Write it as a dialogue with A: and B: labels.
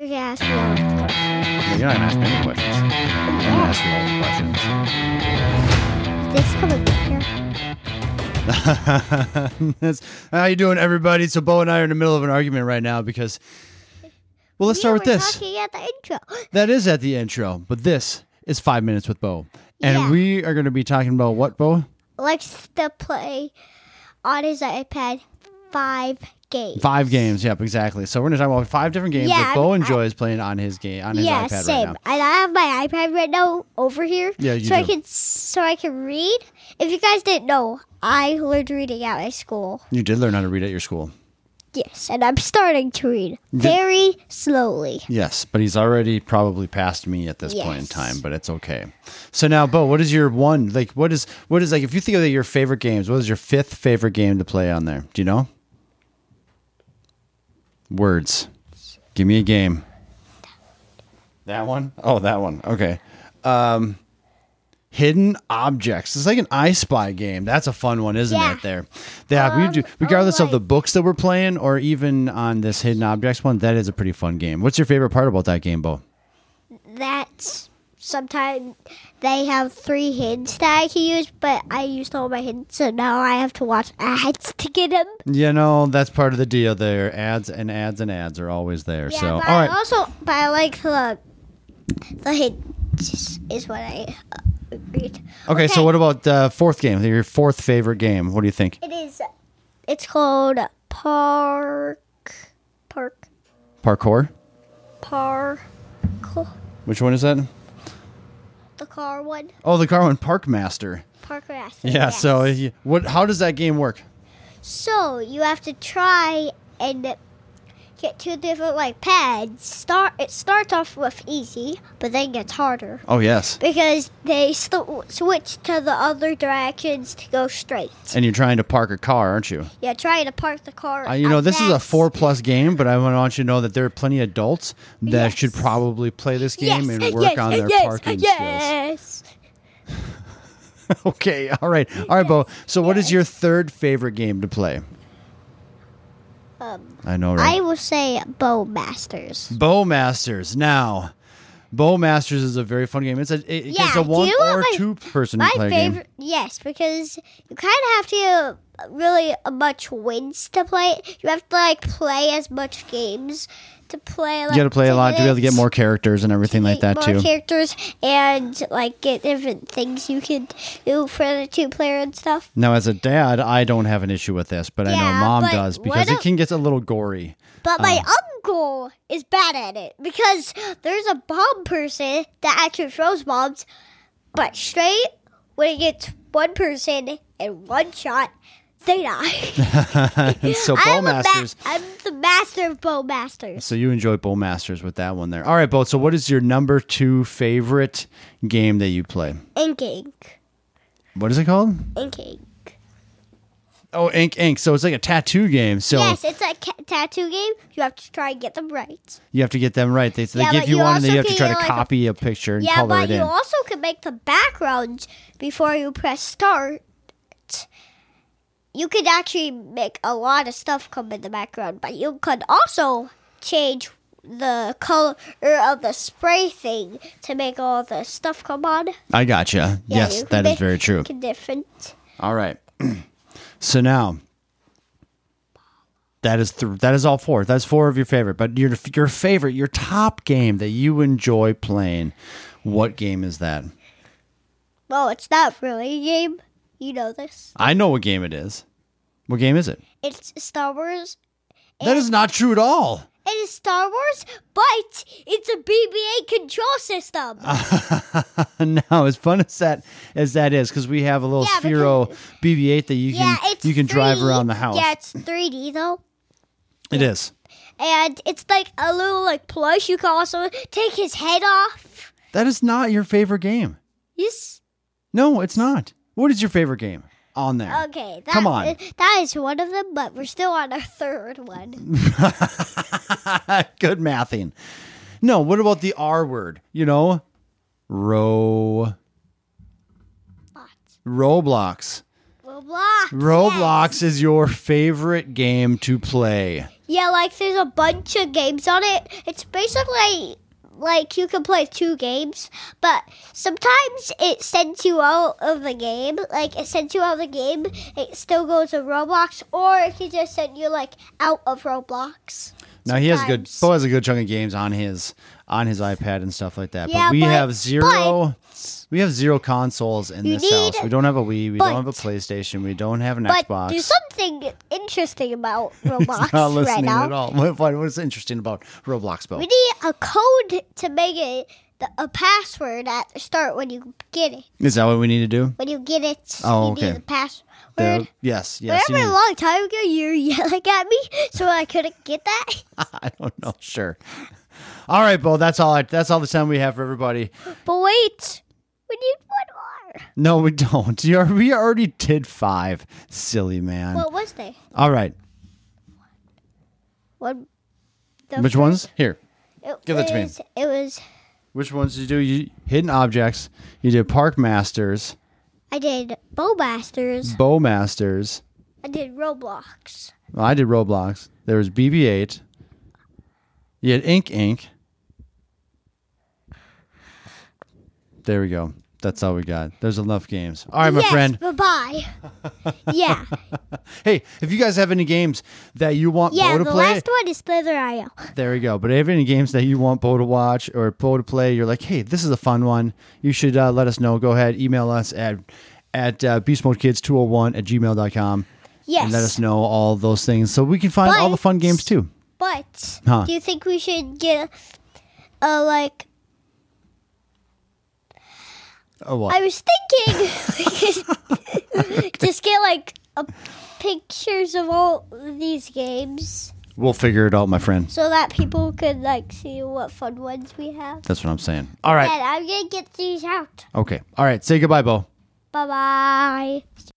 A: We can ask no
B: You're not asking any questions. I'm gonna ask you all the questions.
A: This coming here.
B: That's how you doing, everybody. So Bo and I are in the middle of an argument right now because, well, let's start with
A: we're
B: this.
A: Talking at the intro.
B: That is at the intro, but this is five minutes with Bo, and
A: Yeah.
B: we are going to be talking about what Bo
A: Likes to play on his iPad five games.
B: five games. Yep, exactly. So we're going to talk about five different games
A: Yeah,
B: that Bo
A: I-
B: enjoys playing on his game on his
A: yeah,
B: iPad
A: same.
B: right now.
A: And I have my iPad right now over here.
B: Yeah, you
A: so I
B: do.
A: can so I can read. If you guys didn't know, I learned reading at my school.
B: You did learn how to read at your school.
A: Yes, and I'm starting to read very slowly.
B: Yes, but he's already probably past me at this point in
A: Yes.
B: time, but it's okay. So now, Bo, what is your one like? What is what is like? If you think of your favorite games, what is your fifth favorite game to play on there? Do you know? Words. Give me a game. That one? Oh, that one. Okay. Um, hidden objects. It's like an I Spy game. That's a fun one, isn't
A: Yeah.
B: it? There. Yeah,
A: Um,
B: we do. Regardless of
A: alright.
B: the books that we're playing, or even on this hidden objects one, that is a pretty fun game. What's your favorite part about that game, Bo?
A: That's sometimes they have three hints that I can use, but I used all my hints, so now I have to watch ads to get them.
B: You know, that's part of the deal. There, ads and ads and ads are always there. so, all
A: but
B: right.
A: I also, but I like the the hints is what I uh, agreed.
B: okay, So, what about uh, fourth game? Your fourth favorite game? What do you think?
A: It is. It's called park, park,
B: Parkour.
A: park.
B: Which one is that?
A: The car one,
B: Oh, the car one, Park Master.
A: park race.
B: Yeah. So, y- what? How does that game work?
A: So you have to try and get two different like pads. Start it starts off with easy, but then gets harder
B: Oh, yes.
A: because they sw- switch to the other directions to go straight.
B: And you're trying to park a car, aren't you?
A: Yeah, try to park the car.
B: Uh, you know,
A: at
B: this is a
A: max.
B: four-plus game, but I wanna- want you to know that there are plenty of adults that
A: Yes.
B: should probably play this
A: Yes,
B: game and work
A: yes,
B: on their
A: yes,
B: parking
A: yes.
B: skills. okay, all right, all right, Bo. So, what is your third favorite game to play?
A: Um,
B: I know, right?
A: I will say bow masters.
B: Bowmasters. Now, Bowmasters is a very fun game. It's a it,
A: Yeah,
B: it's
A: do
B: a
A: you
B: one
A: know what
B: or
A: my-
B: two person
A: My
B: play game.
A: favorite, yes, because you kind of have to uh, really uh, much wins to play. it. You have to like play as much games to play. Like,
B: You got to play a lot to be able to get
A: it,
B: more characters and everything like
A: get
B: that
A: more
B: too.
A: characters and like get different things you can do for the two player and stuff.
B: Now, as a dad, I don't have an issue with this, but I know
A: Yeah,
B: mom
A: but
B: does
A: what
B: because it
A: a-
B: can get a little gory.
A: But my
B: Uh.
A: uncle is bad at it because there's a bomb person that actually throws bombs, but straight when it gets one person in one shot, they die.
B: so
A: I'm a ma-
B: Bowmasters.
A: I'm the master of Bowmasters.
B: so you enjoy Bowmasters with that one there. All right, Bo. So what is your number two favorite game that you play?
A: Inking.
B: What is it called?
A: Inking.
B: Oh, Ink Ink. So it's like a tattoo game. So
A: Yes, it's a ca- tattoo game. You have to try and get them right.
B: you have to get them right. They, they
A: Yeah,
B: give
A: but
B: you,
A: you
B: one, and then
A: also
B: you have to
A: can
B: try to
A: get, like, a-
B: copy a picture and
A: Yeah,
B: color
A: but
B: it in.
A: you also can make the background before you press start. You could actually make a lot of stuff come in the background, but you could also change the color of the spray thing to make all the stuff come on. Yeah,
B: I gotcha. yes,
A: you
B: that
A: can
B: is
A: make-
B: very true.
A: can Different.
B: All right. so now that is th- that is all four. That's four of your favorite, but your your favorite, your top game that you enjoy playing. What game is that?
A: Well, it's not really a game. You know this.
B: I know what game it is. What game is it?
A: It's Star Wars.
B: That is not true at all.
A: It is Star Wars, but it's a BBA control system.
B: no, as fun as that as that is, because we have a little
A: Yeah,
B: Sphero BB-8 that you
A: yeah,
B: can
A: it's
B: you can drive
A: 3D.
B: around the house.
A: Yeah, it's 3D though,
B: It is.
A: and it's like a little like plush. You can also take his head off.
B: That is not your favorite game.
A: Yes.
B: No, it's not. What is your favorite game on there?
A: Okay. That,
B: Come on.
A: That is one of them, but we're still on our third
B: Mm.
A: one. Uh,
B: Good mathing. No, what about the R word? You know, ro Roblox.
A: Roblox.
B: Roblox is your favorite game to play.
A: Yeah, like there's a bunch of games on it. It's basically like you can play two games, but sometimes it sends you out of the game. Like it sends you out of the game, it still goes to Roblox, or it can just send you like out of Roblox.
B: Now he has a good.
A: Sometimes.
B: Bo has a good chunk of games on his on his iPad and stuff like that.
A: Yeah,
B: but we
A: but-
B: have zero. we have zero consoles in this
A: need-
B: house. We don't have a Wii. We
A: but-
B: don't have a PlayStation. We don't have an
A: But
B: Xbox.
A: there's something interesting about Roblox
B: He's not listening
A: right now.
B: at all. What, what- what's interesting about Roblox, Bo?
A: We need a code to make it the, a password at the start when you get it.
B: Is that what we need to do?
A: When you get it,
B: Oh,
A: you
B: okay.
A: need the password.
B: The- yes, yes. you
A: Remember a
B: need-
A: long time ago you were yelling at me, so I couldn't get that.
B: I don't know. Sure. All right, Bo. That's all. I, that's all the time we have for everybody.
A: But wait, we need one more.
B: No, we don't. You're, we already did five. Silly man.
A: What was they?
B: all right.
A: One. The
B: Which
A: fir-
B: ones? Here.
A: It
B: Give that to me.
A: was- It was.
B: Which ones did you do? You hidden objects. You did park masters,
A: I did Bowmasters.
B: bow masters.
A: I did Roblox.
B: Well, I did Roblox. There was BB-8. You had Ink Ink. There we go. That's all we got. There's enough games. All right, my
A: yes,
B: friend.
A: Bye bye. yeah.
B: Hey, if you guys have any games that you want
A: Yeah.
B: Bo to
A: the
B: play,
A: last one is Slither.io.
B: there we go. But if you have any games that you want Bo to watch or Bo to play, you're like, hey, this is a fun one. You should uh, let us know. Go ahead, email us at at uh, beastmodekids201 at gmail.com.
A: Yes.
B: and let us know all those things so we can find all the fun games too.
A: But
B: Huh.
A: do you think we should get a, a like?
B: Oh, what?
A: I was thinking we could just get like a, pictures of all these games
B: we'll figure it out, my friend.
A: so that people could like see what fun ones we have.
B: That's what I'm saying. All right.
A: And I'm gonna get these out.
B: Okay. All right. Say goodbye, Bo.
A: Bye bye.